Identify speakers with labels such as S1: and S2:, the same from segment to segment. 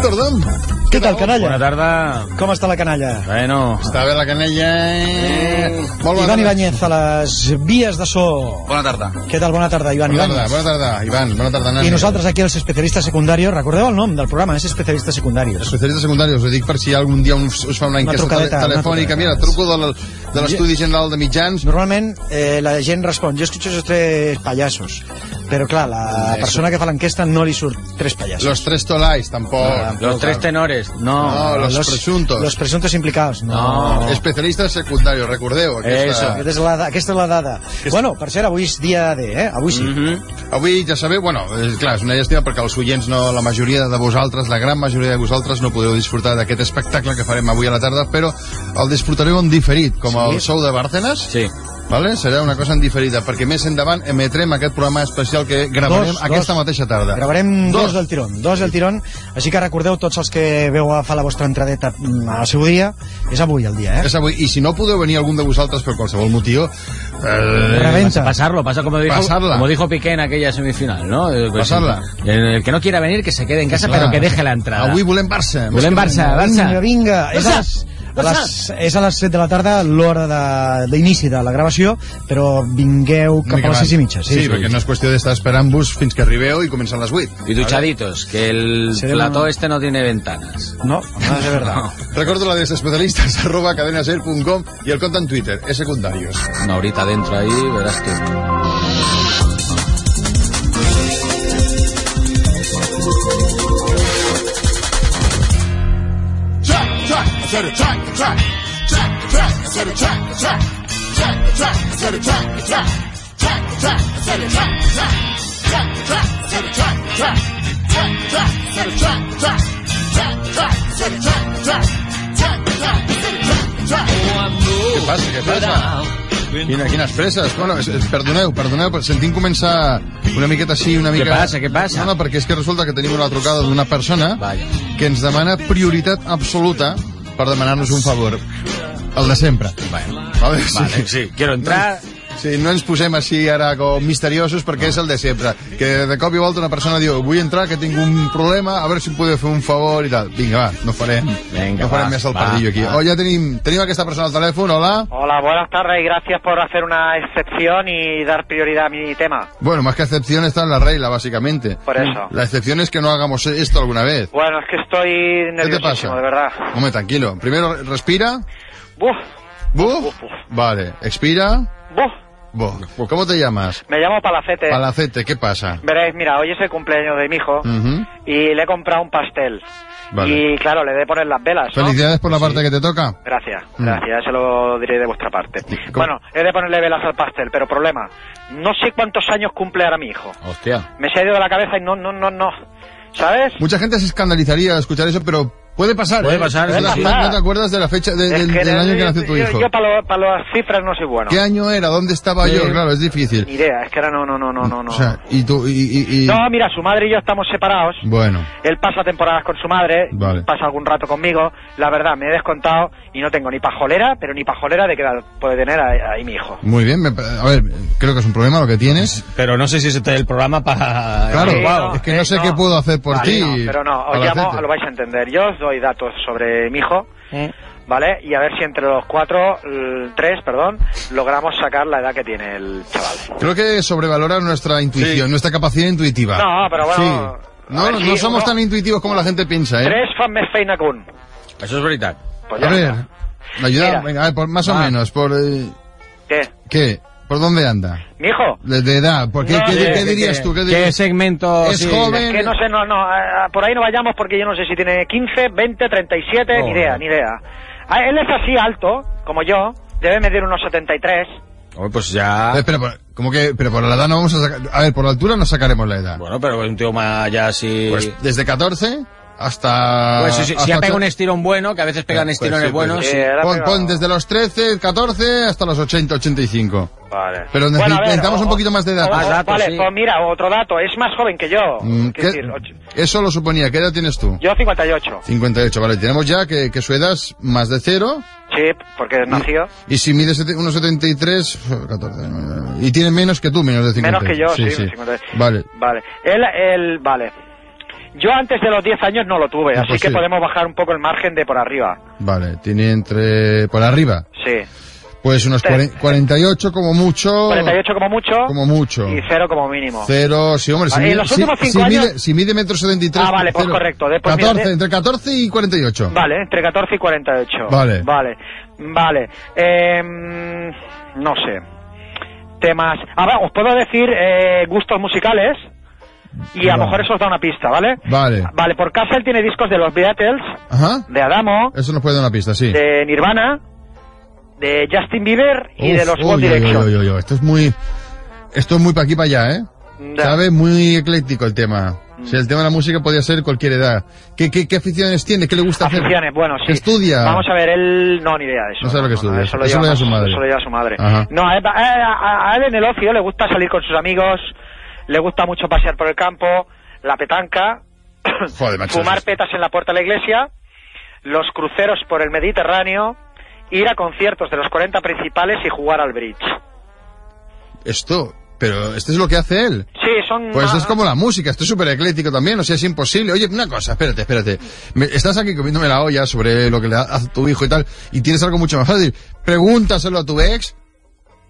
S1: tarda.
S2: Què tal, canalla?
S3: Bona tarda.
S2: Com està la canalla?
S3: Bueno,
S1: Està bé la canella. Eh? Molt bona
S2: Ivan
S1: tarda.
S2: Ibáñez, a les vies de so.
S4: Bona tarda.
S2: Què tal? Bona tarda, Ivan
S1: Bona tarda,
S2: Ibáñez.
S1: bona tarda, Ivan. Bona tarda, Nani.
S2: I nosaltres aquí, els especialistes secundaris, recordeu el nom del programa, és especialistes secundaris.
S1: especialistes secundaris, ho dic per si algun dia un, us fa una enquesta tele
S2: trucadeta, una
S1: telefònica,
S2: trucadeta.
S1: mira, truco de la- de l'Estudi General de Mitjans,
S2: Normalment eh, la gent respon, jo escucho esos tres payasos, però clar, la persona que fa l'enquesta no li surt tres payasos.
S1: los tres tolais, tampoc.
S3: Ah, los tres tenores. No.
S1: No, los, presuntos.
S2: Los presuntos implicados, no.
S3: No.
S1: Especialistes secundarios, recordeu? Aquesta...
S2: Aquesta és la, da- aquesta és la dada. Bueno, per cert, avui és dia D, eh? Avui
S1: Mm-hmm.
S2: sí.
S3: Mhm.
S1: Avui, ja sabeu, bueno, eh, clar, és una llàstima perquè els oients, no, la majoria de vosaltres, la gran majoria de vosaltres, no podreu disfrutar d'aquest espectacle que farem avui a la tarda, però el disfrutareu en diferit, com
S2: Sí.
S1: el sou de Bárcenas.
S3: Sí.
S1: Vale? Serà una cosa en diferida, perquè més endavant emetrem aquest programa especial que gravarem
S2: Dos,
S1: aquesta
S2: dos.
S1: mateixa tarda.
S2: Gravarem
S1: Dos.
S2: dos. dos del tirón, dos del tirón, així que recordeu tots els que veu a fer la vostra entradeta mm, al seu dia, és avui el dia, eh?
S1: És avui, i si no podeu venir algun de vosaltres per qualsevol motiu, eh,
S2: Reventa.
S3: Pasarlo, pasa como dijo,
S1: Pasarla.
S3: como dijo Piqué en aquella semifinal, ¿no? Eh, pues,
S1: Pasarla.
S3: El, el que no quiera venir, que se quede en casa,
S1: Clar.
S3: pero que deje la entrada.
S1: avui volem Barça. Més
S3: Volem
S1: que
S3: Barça,
S2: Vinga,
S3: Barça.
S2: vinga. És a les, a
S3: Barça.
S2: les, és a les 7 de la tarda l'hora de- d'inici de, de la gravació, però vingueu
S1: Una
S2: cap
S1: mica
S2: a les 6 i
S1: abans.
S2: mitja.
S1: Sí, perquè no és qüestió d'estar esperant-vos fins que arribeu i comencen les 8.
S3: Y duchaditos, que el
S2: Seremos-
S3: plató este no tiene ventanas.
S2: No, no és verdad.
S1: Recordo la de especialistas arroba cadenaser.com y el compte en Twitter, es secundarios.
S3: Una horita dentro ahí, verás tú.
S1: Què passa, què passa? Quina, quines presses. Bueno, es, es, perdoneu, perdoneu, però sentim començar una miqueta així, una mica...
S3: Què passa, què passa?
S1: No, no, perquè és que resulta que tenim una trucada d'una persona
S3: Vaja.
S1: que ens demana prioritat absoluta per demanar-nos un favor. El de sempre.
S3: Bueno,
S1: Vale, sí.
S3: vale, sí, quiero entrar.
S1: Sí, no ens posem així ara com misteriosos perquè és el de sempre. Que de cop i volta una persona diu vull entrar, que tinc un problema, a veure si em podeu fer un favor i tal. Vinga, va, no farem,
S3: Vinga,
S1: no farem
S3: va,
S1: més el
S3: va,
S1: pardillo aquí.
S3: va.
S1: Oh, ja tenim, tenim aquesta persona al telèfon, hola.
S5: Hola, buenas tardes y gracias por hacer una excepción y dar prioridad a mi tema.
S1: Bueno, más que excepción está en la regla, básicamente. Mm.
S5: Por eso.
S1: La excepción es que no hagamos esto alguna vez.
S5: Bueno, es que estoy
S1: ¿Qué te
S5: nerviosísimo,
S1: pasa?
S5: de verdad.
S1: Hombre, tranquilo. Primero respira.
S5: Buf,
S1: Buf.
S5: Buf, buf.
S1: Vale. Expira.
S5: buf.
S1: Buf. ¿Cómo te llamas?
S5: Me llamo Palacete.
S1: Palacete, ¿qué pasa?
S5: Veréis, mira, hoy es el cumpleaños de mi hijo
S1: Ujú.
S5: y le he comprado un pastel.
S1: Vale.
S5: Y claro, le he de poner las velas, ¿no?
S1: Felicidades por la parte que te toca.
S5: Gracias,
S1: Mm.
S5: gracias, ya se lo diré de vuestra parte.
S1: ¿Cómo?
S5: Bueno, he de ponerle velas al pastel, pero problema, no sé cuántos años cumple ahora mi hijo.
S3: Hostia.
S5: Me se ha ido de la cabeza y no, no, no, no. ¿Sabes?
S1: Mucha gente se escandalizaría al escuchar eso, pero puede pasar.
S3: Puede
S1: ¿eh?
S3: pasar,
S1: Es
S3: sí,
S1: la-
S3: sí.
S1: No te acuerdas de la fecha de-
S5: Es
S1: del,
S5: que
S1: del
S5: no-
S1: año que
S5: yo-
S1: nació tu
S5: yo-
S1: hijo.
S5: Yo, para, las cifras no soy bueno.
S1: ¿Qué año era? ¿Dónde estaba
S3: Sí.
S1: yo? Claro, es difícil.
S5: Ni idea, es que ahora no, no, no, no, no. no.
S1: Mm, O sea, y tú, y, y- y-
S5: No, mira, su madre y yo estamos separados.
S1: Bueno.
S5: Él pasa temporadas con su madre,
S1: Vale.
S5: pasa algún rato conmigo. La verdad, me he descontado y no tengo ni pajolera, pero ni pajolera de que edad puede tener ahí, ahí mi hijo.
S1: Muy bien, me pa- a ver, creo que es un problema lo que tienes.
S2: Però no sé si és el programa para...
S1: Claro,
S5: Sí, no,
S1: es que no
S5: eh,
S1: sé
S5: no.
S1: qué puedo hacer por
S5: Vale,
S1: ti.
S5: no, pero no, os
S1: Palacete.
S5: llamo, lo vais a entender. Yo os doy datos sobre mi hijo, ¿vale? Y a ver si entre los cuatro, l- tres, perdón, logramos sacar la edad que tiene el chaval.
S1: Creo que sobrevaloras nuestra intuición, nuestra capacidad intuitiva.
S5: No, pero bueno,
S1: Sí.
S5: a
S1: No,
S5: ver
S1: no,
S5: si
S1: no somos
S5: uno-
S1: tan intuitivos como la gente piensa, ¿eh?
S5: Tres fan mes feina kun.
S3: Eso es verdad.
S5: Pues ya
S1: A ver,
S5: está.
S1: ayuda,
S5: Mira.
S1: venga, a ver, por- más o
S3: Va.
S1: menos, por... eh,
S5: ¿Qué?
S1: ¿Qué? ¿Por dónde anda?
S5: ¿Mi hijo?
S1: De, de edad, ¿por qué,
S5: No,
S1: qué-
S5: sí,
S1: qué
S5: sí,
S1: dirías tú? ¿Qué
S3: ¿Qué
S1: dirías?
S3: segmento?
S1: Es
S3: sí?
S1: joven.
S5: Es que no sé, no, no, a- a- por ahí no vayamos porque yo no sé si tiene 15, 20, 37, ni
S3: Oh.
S5: idea, ni idea. A- Él es así alto, como yo, debe medir unos 73.
S3: Oh, pues ya.
S1: Eh, espera, por- como que, pero por la edad no vamos a sacar... A ver, por la altura no sacaremos la edad.
S3: Bueno, pero un tío más ya así.
S1: Pues desde 14 hasta...
S3: Pues si, si, si
S1: hasta
S3: ha pegado
S1: ocho-
S3: un estirón bueno, que a veces pegan
S1: Ah. Pues
S3: estirones
S1: sí, pues
S3: buenos.
S5: sí. Eh, ahora
S1: Pon,
S5: pega-
S1: pon desde los 13, 14 hasta los 80, 85.
S5: Vale.
S1: Pero necesit- necesitamos un poquito más de edad.
S3: Más datos,
S5: vale,
S3: sí.
S5: pues mira, otro dato, es más joven que yo.
S1: Mm,
S5: Quiero
S1: ¿qué-
S5: decir, ocho-
S1: eso lo suponía. ¿Qué edad tienes tú?
S5: yo 58.
S1: 58, vale. Tenemos ya que, que su edad es más de cero.
S5: Sí, porque
S1: Mm.
S5: nació.
S1: Y si mide sete- unos 73, 14. no, Y tiene menos que tú, menos de 50.
S5: Menos que yo, sí, 50.
S1: Vale.
S5: Vale. Él, él, vale. Yo antes de los 10 años no lo tuve, así que
S1: Imposible.
S5: podemos bajar un poco el margen de por arriba.
S1: Vale, tiene entre... por arriba.
S5: Sí.
S1: Pues unos
S5: Tres.
S1: 40 48 como mucho.
S5: 48 como mucho
S1: Oh. Como mucho.
S5: y 0 como mínimo.
S1: Cero, sí, hombre, si
S5: Ah, en
S1: mide,
S5: los
S1: si-
S5: últimos
S1: si,
S5: cinco años-
S1: mide, si mide metro 73.
S5: Ah, vale, pues correcto, de- pues mira,
S1: 14,
S5: de-
S1: entre 14 y 48.
S5: Vale, entre 14 y 48.
S1: Vale.
S5: Vale. Vale. Em, no sé. Temas. A ver, os puedo decir eh, gustos musicales y a
S1: Vale.
S5: lo mejor eso os da una pista, ¿vale?
S1: Vale.
S5: Vale, por casa él tiene discos de los Beatles,
S1: Ajá.
S5: de Adamo,
S1: Eso nos puede dar una pista, sí.
S5: de Nirvana, de Justin Bieber y
S1: Uf,
S5: de los
S1: uy,
S5: One
S1: uy,
S5: Direction.
S1: uy, uy, uy, Esto es muy. Esto es muy para aquí para allá, ¿eh?
S5: Ya. Mm.
S1: ¿Sabes? Muy ecléctico el tema. O sea, el tema de la música podía ser cualquier edad. ¿Qué, qué, qué aficiones tiene? ¿Qué le gusta hacer?
S5: Aficiones, bueno, sí.
S1: ¿Estudia?
S5: Vamos a ver, él no, ni idea de eso.
S1: No sabe lo que estudia.
S5: eso lo
S1: Eso
S5: lleva
S1: lo lleva
S5: más-
S1: su madre.
S5: eso lo lleva su madre.
S1: Ajá.
S5: No, a él, va- eh, a él- a- a él en el ocio le gusta salir con sus amigos, le gusta mucho pasear por el campo, la petanca,
S1: Joder, macho,
S5: fumar
S1: eso es-
S5: petas en la puerta de la iglesia, los cruceros por el Mediterráneo, ir a conciertos de los 40 principales y jugar al bridge.
S1: Esto. Pero esto es lo que hace él.
S5: Sí, son...
S1: Pues
S5: más-
S1: es como la música, esto es súper ecléctico también, o sea, es imposible. Oye, una cosa, espérate, espérate. Me- estás aquí comiéndome la olla sobre lo que le hace tu hijo y tal, y tienes algo mucho más fácil. Pregúntaselo a tu ex.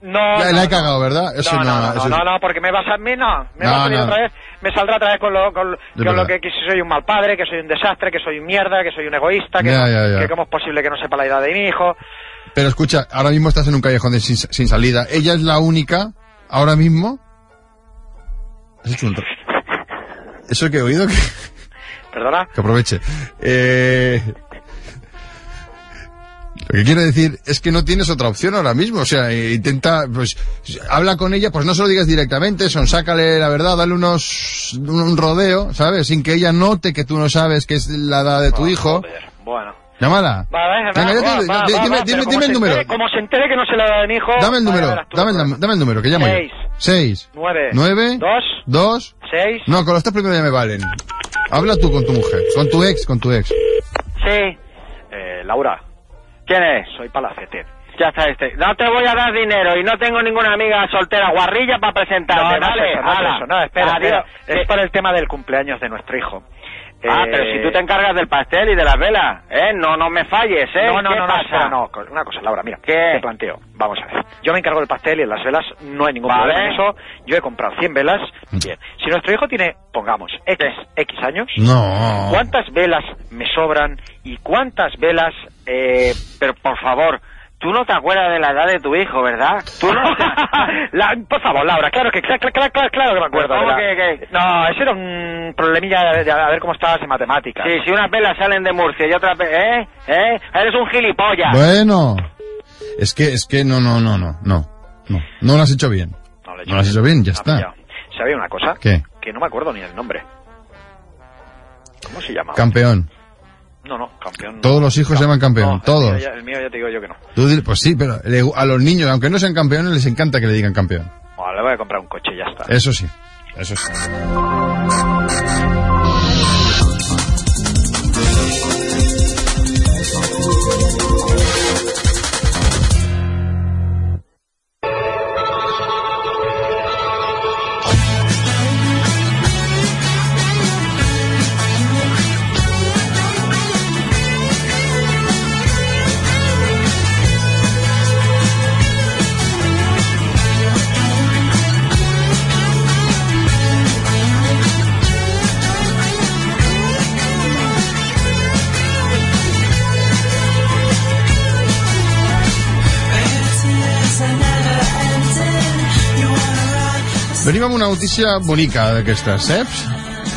S5: No,
S1: La,
S5: no,
S1: la he
S5: no.
S1: cagado, ¿verdad? Eso
S5: no, no, no,
S1: eso-
S5: no, no, porque me vas a mí, no. Me
S1: No,
S5: va a salir
S1: no.
S5: otra vez, me saldrá otra vez con lo, con, con
S1: verdad.
S5: lo que, que si soy un mal padre, que soy un desastre, que soy un mierda, que soy un egoísta, que,
S1: Ya,
S5: no-
S1: ya, ya.
S5: que cómo es posible que no sepa la edad de mi hijo.
S1: Pero escucha, ahora mismo estás en un callejón de sin, sin salida. Ella es la única, ahora mismo. Has hecho un. ra- Eso que he oído, que,
S5: Perdona.
S1: que aproveche. Eh, Lo que quiero decir es que no tienes otra opción ahora mismo. O sea, eh, intenta, pues, habla con ella, pues no se lo digas directamente, son, sácale la verdad, dale unos, un, un rodeo, ¿sabes? Sin que ella note que tú no sabes que es la edad de tu hijo.
S5: Joder, bueno.
S1: Llámala.
S5: Vale,
S1: Venga, ya
S5: va, va,
S1: te-
S5: va,
S1: di-
S5: va,
S1: dime-
S5: va,
S1: dime-
S5: pero como
S1: dime el
S5: se
S1: número.
S5: entere- Como se entere que no se la da de mi hijo.
S1: Dame el
S5: vale,
S1: número,
S5: verás tú,
S1: dame, el,
S5: verás.
S1: nam- dame el número, que llamo
S5: Seis.
S1: yo. Seis.
S5: Nueve.
S1: Nueve.
S5: Dos.
S1: Dos.
S5: Seis.
S1: No, con los tres primeros ya me valen. Habla tú con tu mujer, con tu ex, con tu ex.
S5: Sí. Eh, Laura. ¿Quién es? Soy Palacete. Ya está este. No te voy a dar dinero y no tengo ninguna amiga soltera guarrilla para presentarte,
S4: No, no es
S5: ¿vale?
S4: eso, no es
S5: Ala.
S4: eso, no, espera,
S5: Adiós.
S4: espera.
S5: Es por el tema del cumpleaños de nuestro hijo.
S4: Ah,
S5: Eh,
S4: pero si tú te encargas del pastel y de las velas, ¿eh? No, no me falles, ¿eh?
S5: No, no,
S4: ¿Qué
S5: no, no,
S4: pasa?
S5: espera, no, co- una cosa, Laura, mira,
S4: ¿Qué?
S5: te planteo, vamos a ver. Yo me encargo del pastel y en las velas no hay ningún
S4: Vale.
S5: problema en eso. Yo he comprado 100 velas, bien. Si nuestro hijo tiene, pongamos, X, X años,
S4: Oh.
S1: No.
S5: ¿Cuántas velas me sobran y cuántas velas... Eh,
S4: Pero por favor, tú no te acuerdas de la edad de tu hijo, ¿verdad? Tú no.
S5: La- por favor, Laura, claro que claro, claro, claro, claro que me acuerdo.
S4: ¿Cómo
S5: de la-
S4: que- que?
S5: No, ese era un problemilla de, de a ver cómo estabas en matemáticas.
S4: Sí, si unas velas salen de Murcia y otras velas, ¿eh? ¿Eh? Eres un gilipollas.
S1: Bueno. Es que, es que no, no, no, no, no. No, no lo has hecho bien.
S5: No,
S1: No lo has hecho bien, ya
S5: Ah,
S1: está.
S5: pillado. ¿Sabía una cosa?
S1: ¿Qué?
S5: Que no me acuerdo ni el nombre. ¿Cómo se llama?
S1: Campeón.
S5: no, no, campeón. no.
S1: Todos los hijos se llaman campeón,
S5: No, El
S1: todos.
S5: mío, ya, el mío ya te digo yo que no.
S1: Tú dile- pues sí, pero le- a los niños, aunque no sean campeones, les encanta que le digan campeón.
S5: Bueno, le voy a comprar un coche y ya está.
S1: Eso sí. Eso sí. Venim amb una notícia bonica d'aquestes, saps?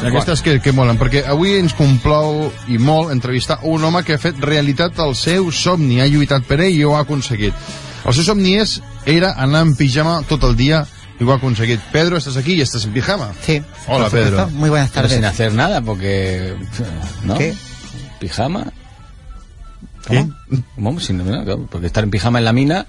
S1: D'aquestes que, que molen, perquè avui ens complou i molt entrevistar un home que ha fet realitat el seu somni, ha lluitat per ell i ho ha aconseguit. El seu somni és, era anar en pijama tot el dia i ho ha aconseguit. Pedro, estàs aquí i estàs en pijama?
S2: Sí.
S1: Hola,
S2: por supuesto.
S1: Pedro.
S2: Muy buenas
S3: Pero
S2: tardes.
S3: sin hacer nada, porque... ¿No?
S2: ¿Qué?
S3: ¿Pijama?
S1: ¿Cómo?
S3: ¿Cómo? Sin- no, claro, Porque estar en pijama en la mina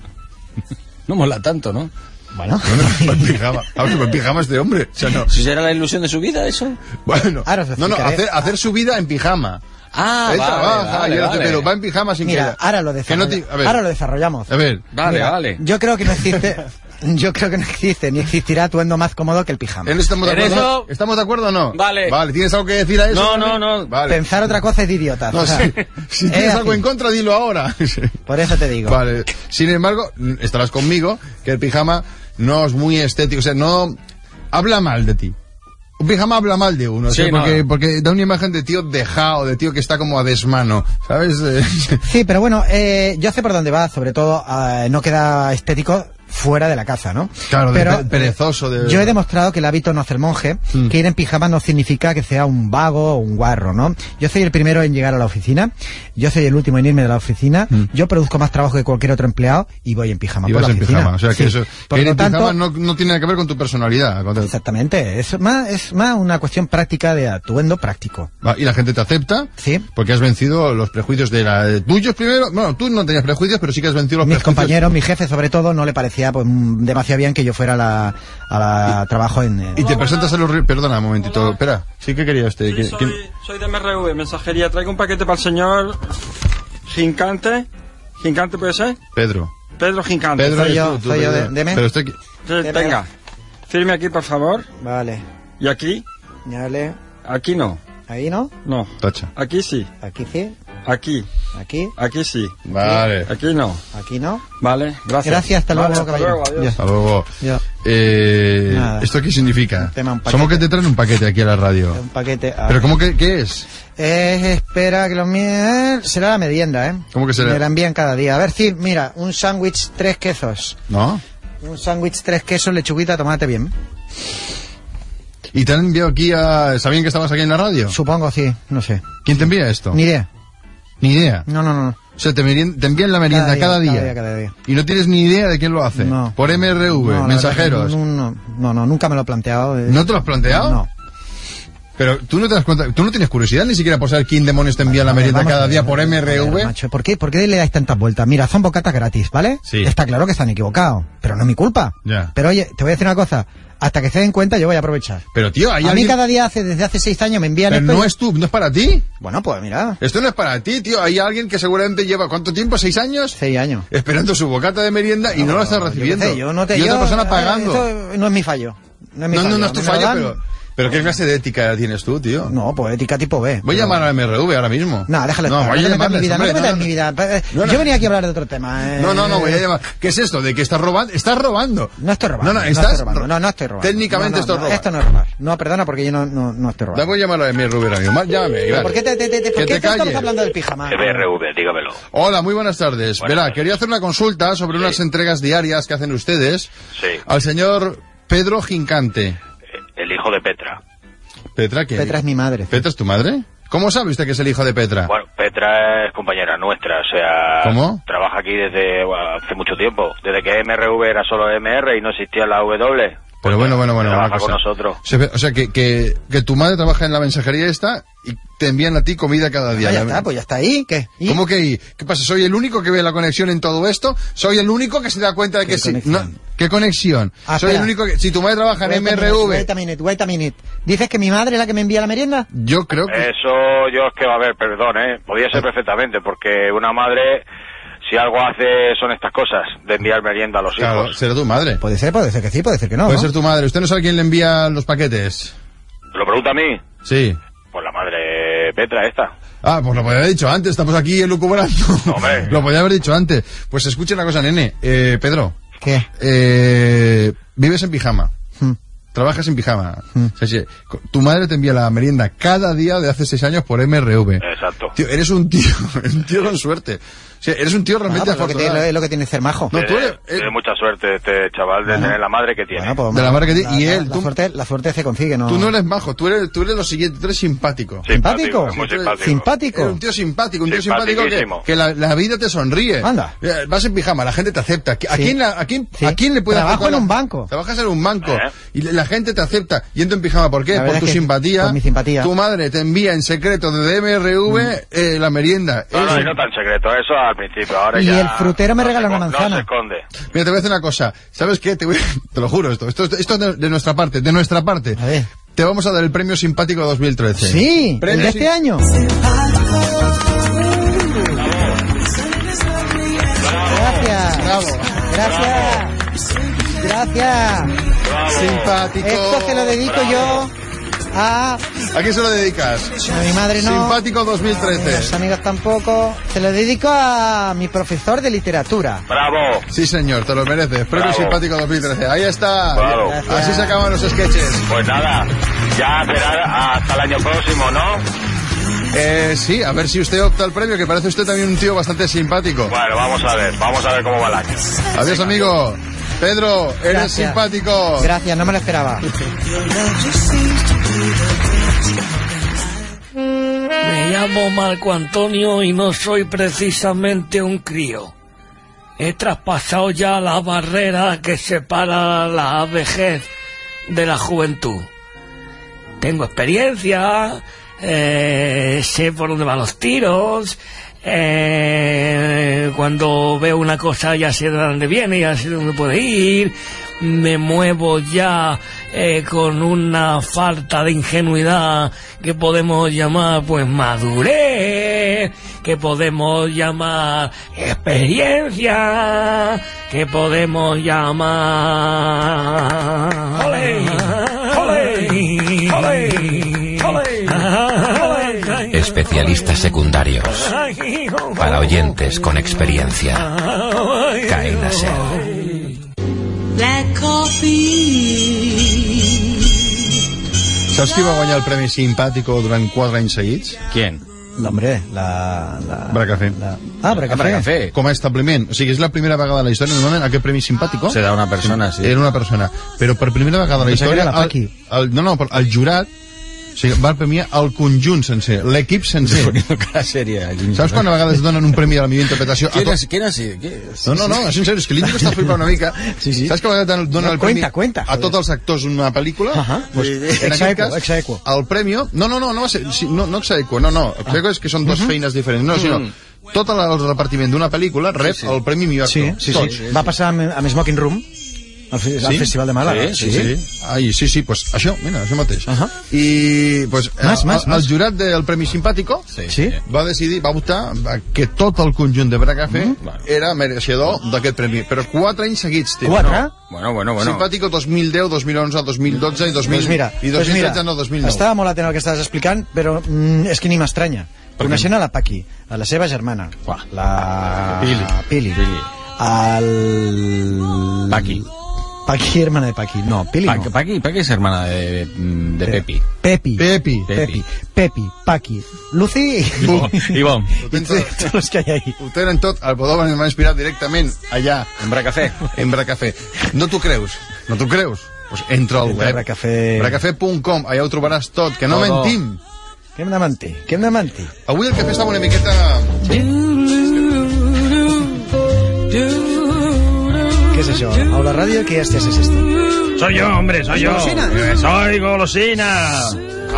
S3: no mola tanto, ¿no?
S2: Bueno.
S1: En pijama. Ah, pero en pijama este hombre. O sea, no.
S3: ¿Si será la ilusión de su vida eso?
S1: Bueno,
S2: Ahora os lo
S1: no, no,
S2: explicaré.
S1: hacer, hacer su vida en pijama.
S3: Ah,
S1: Él
S3: vale,
S1: trabaja
S3: vale,
S1: y él hace,
S3: vale.
S1: pero va en pijama sin
S2: Mira,
S1: querer.
S2: ahora lo,
S1: Que no
S2: desarrolla-
S1: ti- a ver,
S2: ahora lo desarrollamos.
S1: a ver,
S3: Vale,
S2: Mira,
S3: vale.
S2: Yo creo que no existe. Yo creo que no existe, ni existirá atuendo más cómodo que el pijama.
S1: ¿En estamos de
S3: En
S1: acuerdo?
S3: eso-
S1: ¿Estamos de acuerdo o no?
S3: Vale.
S1: Vale, ¿tienes algo que decir a eso?
S3: No,
S1: Dani?
S3: no, no.
S1: Vale.
S2: Pensar otra cosa es de idiota.
S1: No,
S2: o sea,
S1: si, si
S2: es
S1: tienes
S2: así.
S1: algo en contra, dilo ahora.
S2: Por eso te digo.
S1: Vale. Sin embargo, n- estarás conmigo que el pijama no es muy estético, o sea, no habla mal de ti. Un pijama habla mal de uno, o sea,
S3: Sí, no.
S1: porque, porque da una imagen de tío dejado, de tío que está como a desmano, ¿sabes? Eh,
S2: Sí, pero bueno, eh, yo sé por dónde va, sobre todo eh, no queda estético fuera de la casa, ¿no?
S1: Claro, de pe- perezoso, de- Hmm.
S2: Yo he demostrado que el hábito no hace el monje, que ir en pijama no significa que sea un vago o un guarro, ¿no? Yo soy el primero en llegar a la oficina, yo soy el último en irme de la oficina, yo produzco más trabajo que cualquier otro empleado y voy en pijama
S1: Hmm. y
S2: por
S1: vas
S2: la
S1: en
S2: oficina.
S1: pijama, o sea,
S2: Sí.
S1: que eso,
S2: Por
S1: que ir
S2: lo
S1: en
S2: tanto,
S1: pijama no, no tiene nada que ver con tu personalidad. con-
S2: Exactamente, es más, es más una cuestión práctica de atuendo práctico.
S1: Va, Y la gente te acepta
S2: Sí.
S1: porque has vencido los prejuicios de la de tuyos primero. Bueno, tú no tenías prejuicios, pero sí que has vencido los
S2: Mis
S1: prejuicios.
S2: compañeros, mi jefe sobre todo, no le parecía pues, mm, demasiado bien que yo fuera a la, a la trabajo en... en-
S1: Y te presentas a los... re- Perdona, un momentito. Espera, sí que quería usted. que-
S6: Sí,
S1: que-
S6: soy, soy de MRV, mensajería. Traigo un paquete para el señor Gincante. ¿Gincante puede ser?
S1: Pedro.
S6: Pedro Gincante.
S1: Pedro,
S2: soy
S1: eres
S2: yo,
S1: tú, tú,
S2: soy yo,
S1: Pedro.
S2: de- deme.
S1: Pero usted... qui-
S6: Eh, Venga, firme aquí, por favor.
S2: Vale,
S6: Y aquí,
S2: dale.
S6: aquí no.
S2: Ahí no,
S6: No,
S1: Tacha.
S6: aquí sí.
S2: aquí sí,
S6: Aquí,
S2: aquí,
S6: aquí sí.
S1: Vale.
S6: Aquí no.
S2: aquí no.
S6: Vale, gracias.
S2: Gracias, hasta luego,
S6: Vale,
S2: caballero.
S6: luego, adiós.
S2: Adiós.
S1: Hasta luego.
S2: Ya.
S1: Eh,
S2: Nada.
S1: ¿Esto qué significa?
S2: Tema, un paquete.
S1: Somos que te traen un paquete aquí a la radio.
S2: Un paquete. ah.
S1: ¿Pero cómo que qué es?
S2: Eh, espera que lo mien... Será la merienda, ¿eh?
S1: ¿Cómo que será?
S2: Me la envían cada día. A ver, sí, mira, un sándwich, tres quesos.
S1: ¿No?
S2: Un sándwich, tres quesos, lechuguita, tomate bien.
S1: ¿Y te han enviado aquí a... ¿Sabían que estabas aquí en la radio?
S2: Supongo, sí, no sé.
S1: ¿Quién te envía esto?
S2: Ni idea.
S1: Ni idea.
S2: No, no, no.
S1: O sea, te, merien- te envían la merienda
S2: día,
S1: cada día,
S2: cada día, cada día.
S1: Y no tienes ni idea de quién lo hace.
S2: No.
S1: Por MRV,
S2: No, la
S1: mensajeros.
S2: verdad que No, no, no, no, nunca me lo he planteado. eh.
S1: ¿No te lo has planteado?
S2: No.
S1: Pero tú no te das cuenta, tú no tienes curiosidad ni siquiera por saber quién demonios te envía la
S2: Vale,
S1: merienda
S2: eh, vamos a
S1: cada
S2: ver,
S1: día por
S2: a ver,
S1: MRV.
S2: macho, ¿por qué, ¿Por qué le dais tantas vueltas? Mira, son bocatas gratis, ¿vale?
S1: Sí.
S2: Está claro que se han equivocado, pero no es mi culpa.
S1: Ya.
S2: Pero oye, te voy a decir una cosa. Hasta que se den cuenta, yo voy a aprovechar.
S1: Pero tío, hay
S2: a mí
S1: alguien-
S2: cada día, hace, desde hace seis años, me envían
S1: Pero
S2: esto y-
S1: no es tú, no es para ti.
S2: Bueno, pues mira,
S1: Esto no es para ti, tío. Hay alguien que seguramente lleva ¿cuánto tiempo? ¿Seis años?
S2: seis años.
S1: Esperando su bocata de merienda y no lo está
S2: Yo qué
S1: recibiendo.
S2: sé, yo no te
S1: y otra
S2: yo-
S1: persona
S2: eh,
S1: pagando.
S2: esto no es mi fallo. No, es mi
S1: no, no,
S2: fallo.
S1: no
S2: A
S1: es tu
S2: mí me lo
S1: fallo,
S2: dan-
S1: pero, pero ¿qué clase de ética tienes tú, tío?
S2: No, pues ética tipo B.
S1: Voy a llamar a MRV ahora mismo.
S2: No, déjale.
S1: No,
S2: estar,
S1: voy a
S2: no te metas en
S1: llamarles,
S2: mi vida, no
S1: hombre,
S2: te metas en
S1: no,
S2: mi vida. Eh,
S1: No, no.
S2: Yo venía aquí a hablar de otro tema. eh.
S1: No, no, no, voy a llamar. ¿Qué es esto? ¿De que estás robando? ¿Estás robando?
S2: No estoy robando.
S1: No, no,
S2: no
S1: estás
S2: estoy robando. No, no estoy robando.
S1: Técnicamente
S2: No, no,
S1: esto es
S2: no,
S1: robar.
S2: Esto no es robar. No, perdona, porque yo no, no, no estoy
S1: Da,
S2: robando.
S1: voy a llamar a MRV ahora mismo. Llámame, Iván.
S2: ¿Por qué, te, te, te- te-
S1: Que
S2: por qué
S1: te
S2: te estamos
S1: calles.
S2: hablando del pijama?
S5: MRV, dígamelo.
S1: Hola, muy buenas tardes. Verá, quería hacer una consulta sobre unas entregas diarias que hacen ustedes
S5: Sí.
S1: al señor Pedro Gincante.
S5: El hijo de Petra.
S1: Petra, ¿qué?
S2: Petra es mi madre.
S1: ¿Petra es tu madre? ¿Cómo sabe usted que es el hijo de Petra?
S5: Bueno, Petra es compañera nuestra, o sea...
S1: ¿Cómo?
S5: Trabaja aquí desde bueno, hace mucho tiempo, desde que MRV era solo MR y no existía la W.
S1: Pero bueno, bueno, bueno.
S5: Trabaja
S1: una
S5: con
S1: cosa.
S5: nosotros.
S1: Se ve- O sea, que, que, que tu madre trabaja en la mensajería esta y te envían a ti comida cada
S2: Ah,
S1: día.
S2: ya,
S1: La-
S2: está, pues ya está ahí. ¿Qué? ¿Y?
S1: ¿Cómo que? y? ¿Qué pasa? ¿Soy el único que ve la conexión en todo esto? ¿Soy el único que se da cuenta de que
S2: ¿Qué
S1: sí?
S2: conexión?
S1: No, ¿Qué conexión?
S2: Ah,
S1: Soy el
S2: espera.
S1: único que... Si tu madre trabaja en
S2: Wait a minute, Wait a
S1: MRV,
S2: minute, wait a minute. ¿Dices que mi madre es la que me envía la merienda?
S1: yo creo
S5: Eh,
S1: que...
S5: Eso yo es que va a haber perdón, ¿eh? Podía ser perfectamente, porque una madre, si algo hace, son estas cosas, de enviar merienda a los
S1: Claro,
S5: hijos.
S1: será tu madre.
S2: Puede ser, puede ser que sí, puede ser que no.
S1: Puede
S2: ¿no?
S1: ser tu madre. ¿Usted no sabe quién le envía los paquetes?
S5: ¿Lo pregunta a mí?
S1: Sí.
S5: Pues la madre Petra esta.
S1: Ah, pues lo podía haber dicho antes. Estamos aquí elucubrando.
S5: Hombre.
S1: lo podía haber dicho antes. Pues escucha una cosa, nene. Eh, Pedro,
S2: ¿Qué? Ah,
S1: eh, vives en pijama.
S2: Hmm.
S1: Trabajas en pijama.
S2: Mm.
S1: O sea, sí, co- tu madre te envía la merienda cada día de hace seis años por MRV.
S5: Exacto.
S1: Tío, eres un tío, un tío con suerte. O sea, eres un tío
S2: Ah,
S1: realmente
S2: pues lo que tiene-
S1: afortunado.
S2: lo- es lo que tiene ser majo.
S1: No, tú eres- eh,
S5: Tiene- tiene mucha suerte este chaval de tener la madre que tiene.
S2: Bueno, pues,
S1: de la madre que tiene- y
S2: la-
S1: él,
S2: La,
S1: tú-
S2: suerte, la suerte se consigue, ¿no?
S1: Tú no eres bajo, tú eres, tú eres lo siguiente, tú eres simpático.
S2: simpático.
S5: es muy
S1: Simpático.
S5: simpático.
S2: Simpático.
S1: Eres un tío simpático, un tío simpático que,
S5: Simpaticísimo.
S1: que la, la vida te sonríe.
S2: Anda.
S1: Eh, Vas en pijama, la gente te acepta. ¿A
S2: Sí.
S1: quién, la- a quién,
S2: Sí.
S1: a quién le puede
S2: Trabajo
S1: hacer con
S2: en
S1: la-
S2: un banco.
S1: Trabajas en un banco
S5: Eh.
S1: y la gente te acepta yendo en pijama. ¿Por qué?
S2: La
S1: Por
S2: verdad
S1: tu
S2: es que-
S1: simpatía.
S2: por mi simpatía. Mm.
S1: Tu madre te envía en secreto desde MRV eh, la merienda.
S5: No,
S1: Es-
S5: no, y no tan secreto, eso al principio. Ahora
S2: Y
S5: ya
S2: el frutero me
S5: no
S2: regaló
S5: se
S2: una
S5: esco-
S2: manzana.
S5: No se esconde.
S1: Mira, te voy a decir una cosa. ¿Sabes qué? Te, voy- te lo juro esto. Esto, esto es de, de nuestra parte, de nuestra parte.
S2: A ver.
S1: Te vamos a dar el premio simpático 2013.
S2: Sí, el
S1: Premio
S2: de
S1: sim-
S2: este año. Gracias.
S1: Bravo.
S2: Gracias. Gracias.
S1: Simpático.
S2: Esto se lo dedico yo a...
S1: ¿A quién se lo dedicas?
S2: A mi madre no.
S1: Simpático
S2: A mis
S1: 2013.
S2: amigos tampoco. Se lo dedico a mi profesor de literatura.
S5: Bravo.
S1: Sí, señor, te lo mereces. Premio
S5: Bravo.
S1: Simpático 2013. Ahí está.
S5: Bravo.
S2: Gracias.
S1: Así se acaban los sketches.
S5: Pues nada, ya será hasta el año próximo, ¿no?
S1: Eh, sí, a ver si usted opta al premio, que parece usted también un tío bastante simpático.
S5: Bueno, vamos a ver, vamos a ver cómo va el año.
S1: Adiós, amigo. Pedro, eres
S2: Gracias.
S1: simpático.
S2: Gracias, no me lo esperaba.
S7: Me llamo Marco Antonio y no soy precisamente un crío. He traspasado ya la barrera que separa la vejez de la juventud. Tengo experiencia, eh, sé por dónde van los tiros, eh, cuando veo una cosa ya sé de dónde viene, ya sé de dónde puede ir, me muevo ya eh, con una falta de ingenuidad que podemos llamar pues madurez, que podemos llamar experiencia, que podemos llamar... ¡Ole! ¡Ole! ¡Ole!
S8: Especialistas secundarios. Para oyentes con experiencia. Caen
S9: Black coffee.
S1: Saps qui va guanyar el Premi Simpàtico durant 4 anys seguits?
S3: ¿Quién?
S2: No, hombre, la... la-
S1: Bracafé.
S2: la- Ah, Bracafé.
S3: Bracafé.
S1: Com a establiment. O sigui, és la primera vegada a la història. Normalment aquest Premi Simpàtico
S3: Se da una persona, sí.
S1: era una persona. Però per primera vegada a la
S2: Pensava que
S1: història...
S2: era la
S1: El,
S2: Paqui.
S1: el, no, no, però el jurat o sigui, va premiar el conjunt sencer, l'equip sencer.
S3: Cada serie. aquí.
S1: Saps quan a vegades donen un premi a la millor interpretació? A
S3: ¿Quién
S1: to-
S3: es? ¿Quién es? ¿Quién es?
S1: No, no, no, és en sèrio, és que l'Índic està flipant una mica.
S3: Sí, sí.
S1: Saps que a vegades dona
S2: No,
S1: el premi
S2: cuenta, cuenta,
S1: a
S2: joder.
S1: tots els actors en una pel·lícula?
S2: Ajá.
S1: Pues, en
S2: Ex
S1: aquest
S2: aequo,
S1: cas,
S2: ex aequo.
S1: el premi... No, no, no, no va ser... Sí, no, no ex aequo, no,
S2: Ah.
S1: no. Ex aequo és que són dues feines diferents. No, sinó, tot el repartiment d'una pel·lícula rep el premi millor
S2: Mm. Sí,
S1: actor.
S2: sí,
S1: Tots.
S2: sí. Va passar amb, amb Smoking Room al, fe- al
S1: Sí?
S2: Festival de Màlaga.
S1: Sí, sí, sí. Ai, sí, sí, pues això, mira, això mateix. Uh -huh. I pues,
S2: Más,
S1: el,
S2: más,
S1: el,
S2: más.
S1: jurat del Premi Simpàtico
S3: Sí.
S2: Sí?
S1: va decidir, va votar va, que tot el conjunt de Bracafé
S2: Mm.
S1: era mereixedor d'aquest premi. Però quatre anys seguits, tio.
S2: Quatre?
S3: Bueno, bueno, bueno.
S1: Simpàtico 2010, 2011, 2012 i 2000...
S2: Doncs Pues mira,
S1: I 2013
S2: doncs mira,
S1: no, 2009.
S2: estava molt atent al que estaves explicant, però mm, és que ni m'estranya. Coneixent a la Paqui, a la seva germana,
S3: Uah.
S2: la
S3: Pili.
S2: Pili,
S3: Pili.
S2: al...
S3: Paqui.
S2: Paqui, hermana de Paqui. No, Pili
S3: Pa-
S2: no.
S3: Paqui, Paqui es hermana de, de Pepi.
S2: Pepi.
S1: Pepi.
S2: Pepi. Pepi, Paqui, Lucy
S3: Ivón. Ivón.
S2: i tots els que hi ha ahí.
S1: Ho tenen tot, el Podoban em va inspirar directament allà,
S3: En Bracafé.
S1: en Bracafé. No t'ho creus? No t'ho creus? Pues entra al
S2: Entra a
S1: web.
S2: Bracafé.
S1: Bracafé.com, allà ho trobaràs tot, que no
S3: Todo.
S1: mentim.
S2: Què hem de mentir? Què hem de mentir?
S1: Avui el cafè estava una miqueta...
S2: Què és això? A la ràdio, què estés és esto?
S6: Soy yo, hombre, soy yo.
S2: Golosina.
S6: Soy golosina.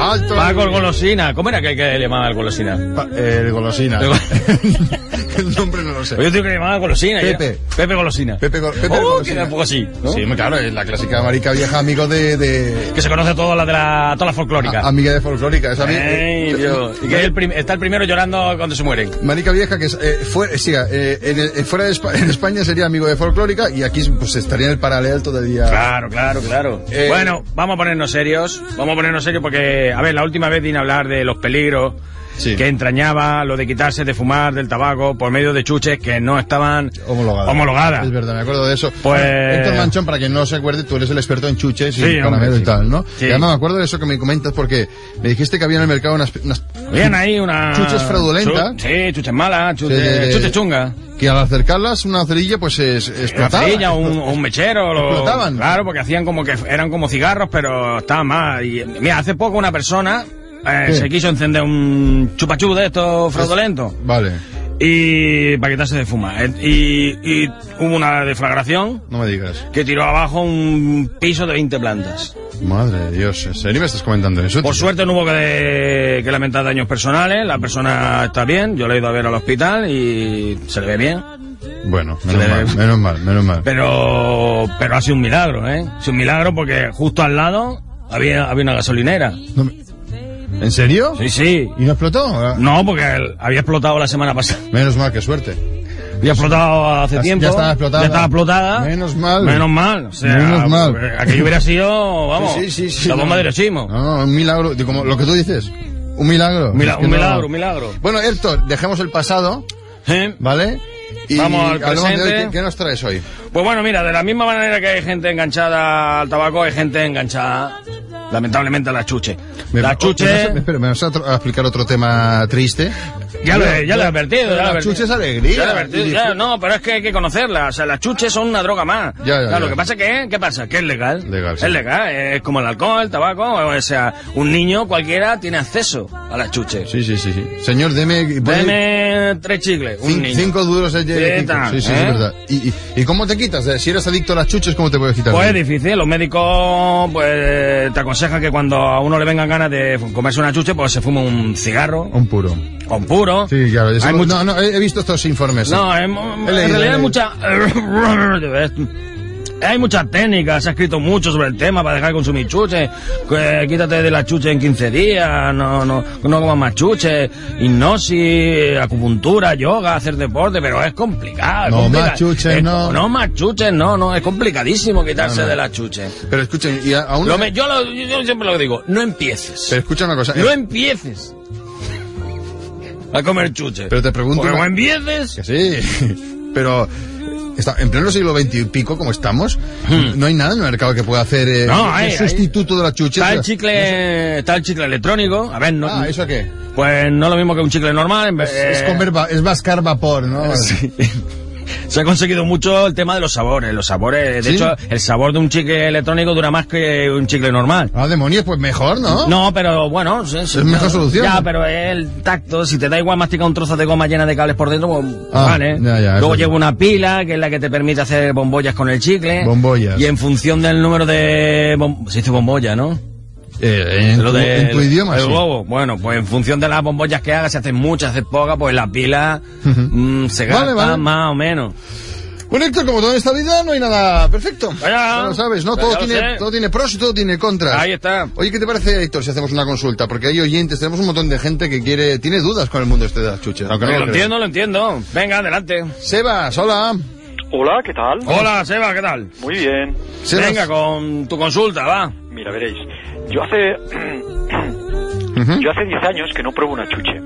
S1: Alto.
S3: Paco el golosina. ¿Cómo era que, que le llamaba el golosina?
S1: Pa- el golosina.
S3: El
S1: el nombre no lo sé.
S3: Pues Yo tengo que le llamaba golosina. y era-
S1: Pepe.
S3: Pepe golosina.
S1: Pepe Go- Pepe
S3: Oh, que
S1: Golosina.
S3: era un poco así, ¿no?
S1: Sí, claro, es la clásica marica vieja amigo de... de...
S3: Que se conoce toda la de la, toda la folclórica.
S1: a- eh, amiga de folclórica. Es ami-
S3: Ey, Dios. Y que el prim- está el primero llorando cuando se mueren.
S1: Marica Vieja, que es, eh, fuera, siga, eh, en, eh, fuera de Espa- en España sería amigo de folclórica y aquí pues estaría en el paralelo todavía.
S3: Claro, claro, claro.
S1: Eh,
S3: Bueno, vamos a ponernos serios. Vamos a ponernos serios porque, a ver, la última vez vine a hablar de los peligros
S1: Sí.
S3: que entrañaba lo de quitarse de fumar del tabaco por medio de chuches que no estaban
S1: Homologada.
S3: homologadas.
S1: Es verdad, me acuerdo de eso.
S3: Pues-
S1: Héctor Manchón, para quien no se acuerde, tú eres el experto en chuches y
S3: Sí, hombre,
S1: caramelos y
S3: sí.
S1: tal, ¿no?
S3: Sí.
S1: Y además me acuerdo de eso que me comentas porque me dijiste que había en el mercado unas, unas
S3: Bien ahí una...
S1: Chuches fraudulentas.
S3: Chu- sí, chuches malas,
S1: Sí, de-
S3: chuches,
S1: de-
S3: chuches chungas.
S1: que al acercarlas una cerilla pues es,
S3: Una
S1: explotaba.
S3: cerilla, un, un mechero. lo-
S1: Explotaban.
S3: Claro, porque hacían como que eran como cigarros, pero estaban mal. Y, mira, hace poco una persona eh,
S1: Sí.
S3: se quiso encender un chupachú de estos fraudulentos.
S1: Vale,
S3: y para quitarse de fumar. Eh, Y, y hubo una deflagración
S1: no me digas.
S3: que tiró abajo un piso de 20 plantas.
S1: Madre de Dios, ¿en serio me estás comentando eso?
S3: Por
S1: tío?
S3: suerte no hubo que, que lamentar daños personales, la persona está bien, yo la he ido a ver al hospital y se le ve bien.
S1: Bueno, menos
S3: Se le-
S1: mal, menos mal, menos mal.
S3: Pero, pero ha sido un milagro, ¿eh? Ha sido un milagro porque justo al lado había, había una gasolinera.
S1: No me- ¿En serio?
S3: Sí, sí.
S1: ¿Y no explotó?
S3: No, porque el- había explotado la semana pasada.
S1: Menos mal, qué suerte.
S3: y ha explotado hace
S1: Ya- ya
S3: tiempo.
S1: estaba explotada.
S3: Ya estaba explotada.
S1: Menos mal.
S3: Menos mal. O sea,
S1: Menos mal.
S3: eh, Aquello hubiera sido, vamos,
S1: Sí, sí, sí,
S3: la bomba
S1: no.
S3: de Hiroshima.
S1: No, no, un milagro, de como lo que tú dices, un milagro.
S3: Un mila-
S1: Es que
S3: un
S1: no-
S3: milagro, un milagro.
S1: Bueno, Héctor, dejemos el pasado,
S3: ¿Eh?
S1: ¿vale? Y
S3: Vamos al
S1: hablamos de hoy.
S3: presente.
S1: ¿Qué, qué nos traes hoy?
S3: Pues bueno, mira, de la misma manera que hay gente enganchada al tabaco, hay gente enganchada, lamentablemente, a la chuche. La
S1: Me,
S3: chuche...
S1: espera, me vas a, tro- a explicar otro tema triste.
S3: Ya lo, he- ya lo he advertido, ya lo he
S1: La
S3: advertido.
S1: chuche es alegría.
S3: Ya lo he advertido,
S1: Y
S3: ya,
S1: disfruta.
S3: no, pero es que hay que conocerla. O sea, las chuches son una droga más.
S1: Ya, ya,
S3: Claro,
S1: ya.
S3: Lo que pasa que, ¿qué pasa? Que es legal.
S1: Legal, sí.
S3: Es legal, es como el alcohol, el tabaco, o sea, un niño cualquiera tiene acceso a las chuches.
S1: Sí, sí, sí, sí. Señor, deme... ponle
S3: Deme tres chicles, un
S1: cin-
S3: niño.
S1: Cinco duros el
S3: ¿Qué tal,
S1: Sí, sí,
S3: eh?
S1: es verdad. ¿Y, y, y cómo te quitas? Eh, Si eres adicto a las chuches, ¿cómo te puedes quitar?
S3: Pues es difícil, los médicos pues te aconsejan que cuando a uno le vengan ganas de comerse una chuche, pues se fume un cigarro,
S1: Un puro.
S3: o un puro.
S1: Sí, claro. eso
S3: Hay
S1: lo-
S3: mucho-
S1: No, no, he, he visto estos informes. sí.
S3: No, en, en
S1: He leído,
S3: realidad
S1: he
S3: hay mucha... Hay muchas técnicas, se ha escrito mucho sobre el tema para dejar de consumir chuches. que quítate de la chuche en 15 días, no, no, no comas más chuches. Hipnosis, acupuntura, yoga, hacer deporte, pero es complicado. es
S1: No
S3: complicado.
S1: más chuches,
S3: Eh,
S1: no.
S3: No más chuches, no, no. Es complicadísimo quitarse de las chuches.
S1: Pero escuchen, y a, a una-
S3: Lo me- yo, lo- yo siempre lo digo, no empieces.
S1: Pero escucha una cosa.
S3: No
S1: eh,
S3: empieces a comer chuches.
S1: Pero te pregunto
S3: Porque
S1: una-
S3: no empieces...
S1: Que sí, pero está, en pleno siglo XX y pico, como estamos, no hay nada en el mercado que pueda hacer eh,
S3: Hmm. No,
S1: un
S3: hay-
S1: sustituto de la chuche.
S3: Está el chicle, está el chicle electrónico. A ver, no, Eh.
S1: Ah, ¿eso qué?
S3: pues no lo mismo que un chicle normal. en vez-
S1: Es, comer va- es vascar vapor, ¿no?
S3: Se ha conseguido mucho el tema de los sabores. Los sabores, de
S1: ¿Sí?
S3: hecho, el sabor de un chicle electrónico dura más que un chicle normal.
S1: Ah, demonios, pues mejor, ¿no?
S3: No, pero bueno, sí, sí,
S1: Es mejor
S3: ya-
S1: solución.
S3: Ya, pero el tacto, si te da igual masticar un trozo de goma llena de cables por dentro, pues
S1: Ah,
S3: vale.
S1: ya, ya,
S3: Luego
S1: eso sí.
S3: lleva una pila, que es la que te permite hacer bombollas con el chicle.
S1: Bombollas.
S3: Y en función del número de... bom- Se dice bombolla, ¿no?
S1: Eh, en,
S3: Lo
S1: tu,
S3: de-
S1: en tu idioma,
S3: el
S1: sí.
S3: globo. Bueno, pues en función de las bombollas que hagas, si haces muchas, haces pocas, pues la pila mm, se gasta
S1: Vale, vale.
S3: más o menos.
S1: Bueno, Héctor, como todo en esta vida no hay nada perfecto.
S3: Vaya.
S1: Ya lo sabes, ¿no?
S3: Pues
S1: Todo
S3: ya lo
S1: tiene,
S3: sé.
S1: todo tiene pros y todo tiene contras.
S3: Ahí está.
S1: Oye, ¿qué te parece, Héctor, si hacemos una consulta? Porque hay oyentes, tenemos un montón de gente que quiere, tiene dudas con el mundo este de las chuches. aunque no
S3: lo
S1: lo creas.
S3: entiendo, lo entiendo. Venga, adelante.
S1: Sebas, hola.
S5: Hola, ¿qué tal?
S3: Hola, Seba, ¿qué tal?
S5: Muy bien.
S1: Sebas.
S3: Venga, con tu consulta, va.
S5: Mira, veréis. Yo hace. Yo hace 10 años que no pruebo una chuche.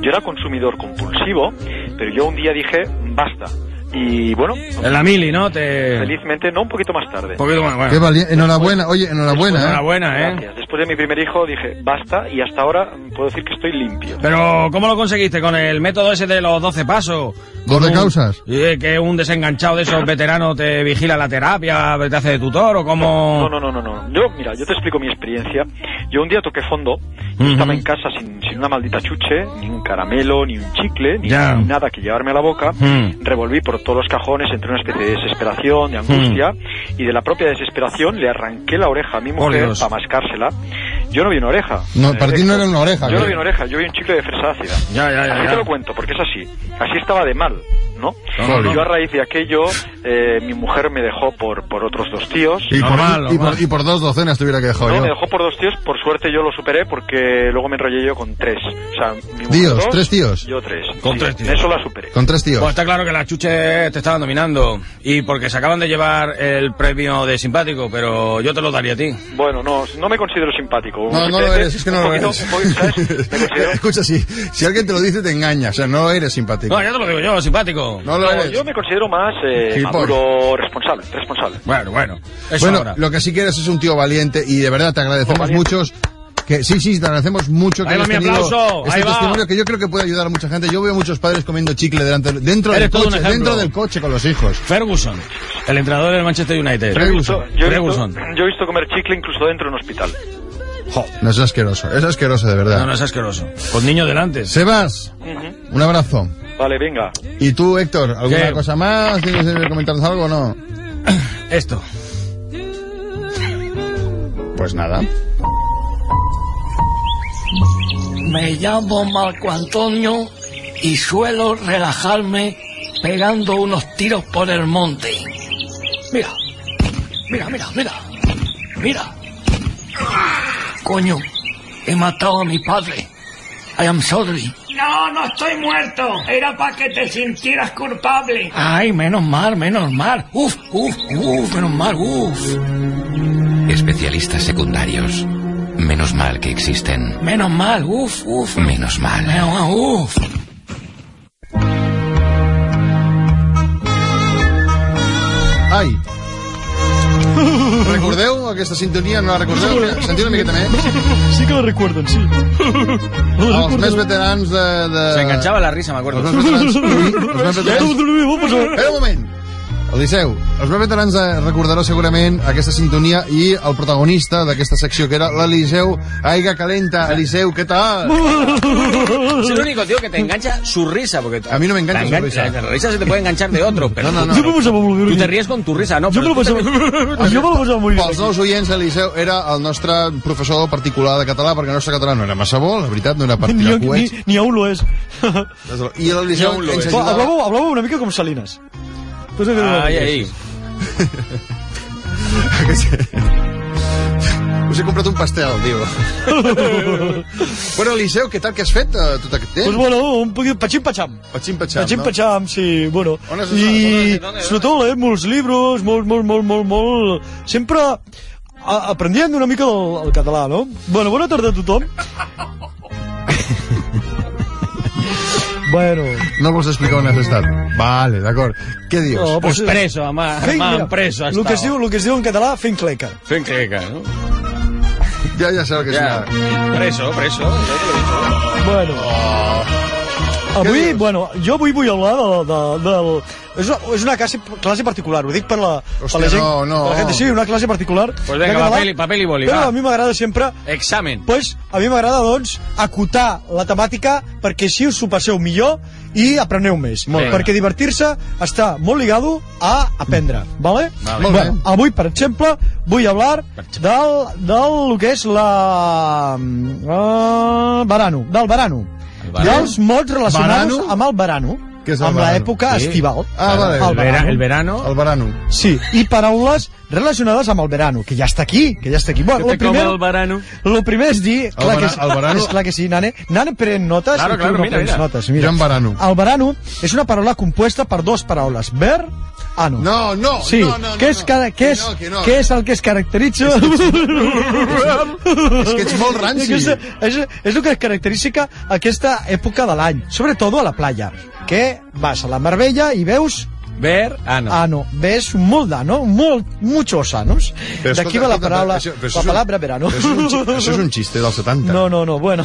S5: Yo era consumidor compulsivo, pero yo un día dije, basta. Y bueno,
S3: En la mili, ¿no? Te...
S5: felizmente, no un poquito más tarde.
S3: Un poquito más, bueno.
S1: Qué valiente. Enhorabuena, oye, enhorabuena. ¿eh?
S3: Enhorabuena, Pues, ¿eh?
S5: Gracias. Después de mi primer hijo dije, basta, y hasta ahora mm, puedo decir que estoy limpio.
S3: Pero, ¿cómo lo conseguiste? ¿Con el método ese de los 12 pasos?
S1: ¿Dos
S3: ¿Con
S1: de
S3: un-
S1: causas?
S3: eh, que un desenganchado de esos veteranos te vigila la terapia, te hace de tutor o cómo...
S5: No, no, no, no, no. Yo, mira, yo te explico mi experiencia. Yo un día toqué fondo, yo
S3: Ujú.
S5: estaba en casa sin, sin una maldita chuche, ni un caramelo, ni un chicle, ni,
S3: Ya.
S5: ni nada que llevarme a la boca.
S3: Mm.
S5: Revolví por todos los cajones entre una especie de desesperación, de angustia, y de la propia desesperación le arranqué la oreja a mi mujer
S3: Oh, Dios.
S5: para mascársela. Yo no vi una oreja.
S1: No,
S3: Eh,
S1: para ti no era una oreja,
S5: Yo no
S1: creo.
S5: vi una oreja, yo vi un chicle de fresa ácida.
S3: Ya, ya, ya,
S5: Así
S3: ya.
S5: te lo cuento, porque es así. Así estaba de mal, ¿no?
S3: No, no,
S5: Yo a raíz de aquello, eh, mi mujer me dejó por, por otros dos tíos.
S1: Y, por,
S3: Normal,
S1: y, por-
S3: normal.
S1: y por dos docenas tuviera que dejar
S5: No,
S1: yo.
S5: me dejó por dos tíos, por suerte yo lo superé porque luego me enrollé yo con tres. O sea, mi mujer
S1: Tíos,
S5: dos,
S1: tres tíos.
S5: Yo tres.
S3: Con
S5: Sí,
S3: tres tíos.
S5: en Eso la superé.
S1: Con tres tíos.
S3: Pues está claro que las chuches te estaban dominando. Y porque se acaban de llevar el premio de simpático, pero yo te lo daría a ti.
S5: Bueno, no, no me considero simpático.
S1: No, no lo
S5: Simplemente
S1: eres, es que no
S5: un
S1: lo
S5: poquito-
S1: eres.
S5: un poquito, ¿sabes? Me considero-
S1: Escucha, si, si alguien te lo dice, te engaña. O sea, no eres simpático.
S3: No, ya te lo digo yo, simpático.
S1: No lo
S5: no,
S1: eres.
S5: yo me considero más eh,
S1: Gilipollas.
S5: maduro, responsable, responsable.
S3: Bueno, bueno. Eso
S1: Bueno,
S3: ahora.
S1: lo que sí que eres es un tío valiente y de verdad te agradecemos muchos. Que, sí, sí, te agradecemos mucho que
S3: Ahí va
S1: hayas
S3: mi
S1: tenido
S3: aplauso,
S1: este
S3: ahí va.
S1: testimonio que yo creo que puede ayudar a mucha gente. Yo veo muchos padres comiendo chicle delante, dentro, del
S3: Eres todo un
S1: coche,
S3: ejemplo.
S1: dentro del coche con los hijos.
S3: Ferguson, el entrenador del Manchester United.
S5: Yo he
S1: Ferguson.
S5: visto- yo, he visto,
S3: Ferguson.
S5: yo he visto comer chicle incluso dentro de un hospital.
S1: No es asqueroso, es asqueroso de verdad.
S3: No, no es asqueroso. Con niño delante.
S1: Sebas,
S5: Ujú.
S1: un abrazo.
S5: Vale, venga.
S1: ¿Y tú, Héctor, alguna
S3: ¿Qué?
S1: cosa más? ¿Tienes que comentarnos algo o no?
S3: Esto.
S1: Pues nada.
S7: Me llamo Marco Antonio y suelo relajarme pegando unos tiros por el monte. Mira, mira, mira, mira, mira. Coño, he matado a mi padre. I am sorry. No, no estoy muerto. Era para que te sintieras culpable. Ay, menos mal, menos mal. Uf, uf, uf, menos mal, uf.
S10: Especialistas secundarios. Menos mal que existen.
S7: Menos mal, uf, uf.
S10: Menos mal.
S7: Menos mal, uf.
S1: Ai! Recordeu aquesta sintonia? No la recordeu? Sentiu una miqueta més?
S2: Sí que lo recuerdan, sí.
S1: Els més veterans de... de...
S3: Se enganchaba la risa, me
S1: Els
S3: acuerdo.
S1: més veterans... Els més veterans...
S2: Vamos a
S1: Espera un moment! Eliseu, els meus veterans eh, recordareu segurament aquesta sintonia i el protagonista d'aquesta secció, que era l'Eliseu Aiga Calenta. Eliseu, què tal?
S3: Es el único tío que te engancha su risa. Porque
S1: A mí no me engancha
S3: la
S1: su risa.
S3: La risa se te puede enganchar de otro. Pero
S1: No, no,
S2: Yo me
S1: no.
S2: pasaba muy bien.
S3: Tú te ríes con tu risa, ¿no?
S2: Yo me lo
S3: Pero tú te
S2: pasaba.
S3: ríes-
S2: Yo me lo pasaba muy bien.
S1: Pels nous oients, Eliseu era el nostre professor particular de català, perquè el nostre català no era massa bo, la veritat, no era per
S2: Ni,
S1: tirar
S2: ni,
S1: coets.
S2: ni aún lo es.
S1: I l'Eliseu ens
S2: Hablaba,
S1: ajudava...
S2: hablaba una mica como Salinas. Pues es verdad.
S3: Ay, ay.
S1: Us he comprat un pastel, diu. bueno, Eliseu, què tal que has fet eh, tot aquest temps?
S2: Pues Doncs, bueno, un poquito pachín pacham.
S1: Patxim patxam,
S2: Pachín
S1: no?
S2: pacham, sí, bueno.
S1: On has
S2: I
S1: estat?
S2: sobretot leer molts llibres, molt, molt, molt, molt, molt... Sempre a- aprenent una mica del, el català, no? Bueno, bona tarda a tothom. bueno,
S1: No vols explicar on has estat? Vale, d'acord. Què dius?
S2: No,
S3: Pues preso, mamá.
S2: fent- mira,
S3: preso. ha
S2: lo que, es
S3: estado.
S2: diu, lo que es diu en català, fent cleca.
S3: Fent creca, ¿no?
S1: Ja, ja sé el que és.
S3: Ya.
S1: Ja.
S3: Preso, preso.
S2: Bueno.
S1: Oh. Què
S2: Avui,
S1: dius?
S2: bueno, jo avui vull hablar del... De, del és, una, és una classe, classe particular, ho dic per la,
S1: Hòstia,
S2: per la gent.
S1: no, no.
S2: Per la gent, sí, una classe particular.
S3: Pues venga,
S2: de català,
S3: papel i- papel i boli,
S2: Però
S3: va.
S2: a mi m'agrada sempre...
S3: Examen.
S2: Pues, a mi m'agrada, doncs, acotar la temàtica perquè així us ho passeu millor i apreneu més.
S3: Molt bé.
S2: perquè divertir-se està molt ligado a aprendre, vale?
S1: Vale. Molt
S2: Bueno, avui, per exemple, vull hablar del, del lo que és la... Uh, verano, del verano.
S3: verano.
S2: Dels mots relacionats
S1: Verano?
S2: amb el verano,
S1: Què és el
S2: amb
S1: verano?
S2: l'època
S3: Sí.
S2: estival.
S1: Ah, vale.
S2: El verano.
S3: el verano.
S1: El verano.
S2: Sí, i paraules relacionades amb el verano, que ja està aquí, que ja està aquí. Bueno, lo primer,
S3: verano.
S2: lo primer és dir...
S1: El
S2: Clar que,
S1: vera-
S2: sí,
S1: el verano-
S2: és clar que sí, nane. Nane pren notes
S3: Claro,
S2: i tu
S3: claro,
S2: no
S3: mira,
S2: prens
S3: mira.
S2: notes. Mira.
S1: Jo en verano.
S2: El verano és una paraula compuesta per dues paraules. Ver, ano.
S1: No, no,
S2: Sí,
S1: no, no,
S2: què
S1: no,
S2: és,
S1: no.
S2: cara- què
S1: Que
S2: és,
S1: no, que no.
S2: què és el que es caracteritza...
S1: És que ets molt ranci.
S2: És, és, és el que es caracteritza aquesta època de l'any, sobretot a la playa, que vas a la Mar Bella i veus
S3: Verano.
S2: ano, Ah, ves molt d'ano, molt, muchos anos.
S1: Però escolta,
S2: D'aquí va la
S1: escolta,
S2: paraula,
S1: això- però això
S2: la
S1: és un-
S2: palabra verano.
S1: Això és, un, xi- això és un xiste dels 70.
S2: No, no, no, bueno.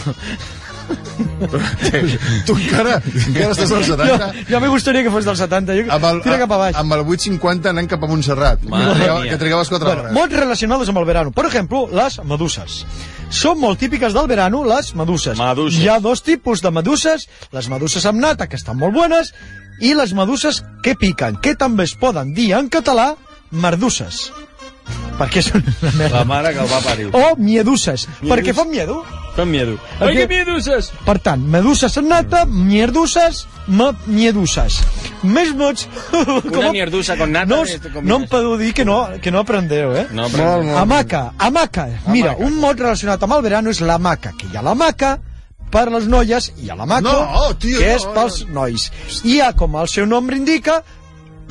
S1: Tu encara, encara estàs als 70.
S2: Ja, ja me gustaría que fos dels 70. Jo,
S1: Amb el,
S2: tira cap a baix.
S1: Amb el 8.50 anant cap a Montserrat.
S3: Madre
S1: que, trigava-
S3: mía.
S1: que trigaves 4
S2: Bueno,
S1: hores.
S2: molt relacionades amb el verano. Per exemple, les meduses. Són molt típiques del verano les meduses.
S11: Meduses.
S2: Hi ha dos tipus de meduses, les meduses amb nata, que estan molt bones, i les meduses que piquen, que també es poden dir en català merduses. Perquè són una merda.
S11: La mare que el va parir.
S2: O mieduses, perquè fan miedo.
S11: Fem miedo.
S2: Ai, que
S11: mieduses!
S2: Per tant, meduses amb nata, mierduses, ma mieduses. Més mots... com a-
S3: mierdusa con nata,
S2: No,
S3: eh,
S2: no em podeu dir que no, que no aprendeu, eh?
S3: No,
S1: Molt,
S3: pero...
S1: molt.
S2: Hamaca, hamaca. Mira, un mot relacionat amb el verano és l'hamaca, que hi ha l'hamaca per les noies i hi ha l'hamaco,
S1: No, tio,
S2: que
S1: no,
S2: és pels nois. I hi ha, com el seu nom indica,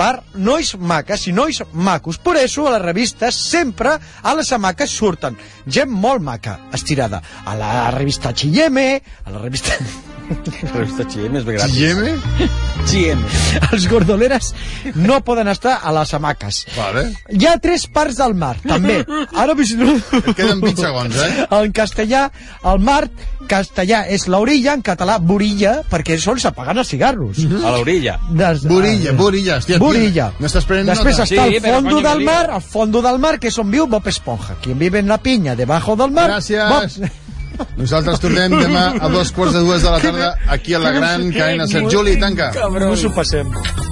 S2: per nois maques i nois macos. Per això, a les revistes, sempre a les hamaques surten gent molt maca, estirada. A la revista Chilleme, a la revista...
S3: Pero está chilleme, es gratis.
S1: Guilleme?
S3: Chilleme.
S2: Els gordoleres no poden estar a les hamaques.
S1: Vale.
S2: Hi ha tres parts del mar, també. Ara visito...
S1: Et queden 20 segons, eh?
S2: En castellà, el mar, castellà és l'orilla, en català, borilla, perquè sols apagant els cigarros.
S3: A la orilla.
S2: Des,
S1: Borilla, borilla, hòstia, Mhm. tio,
S2: Borilla.
S1: no estàs prenent
S2: Després
S1: nota.
S2: està
S3: Sí,
S2: el
S3: però
S2: fondo
S3: coño, que
S2: del
S3: lío.
S2: mar, el fondo del mar, que és on viu Bob Esponja. Quien vive en la pinya, debajo del mar...
S1: Gràcies.
S2: Bob-
S1: Nosaltres tornem demà a dos quarts de dues de la tarda aquí a la gran cadena Ser Juli, tanca.
S2: Cabrón. No s'ho passem.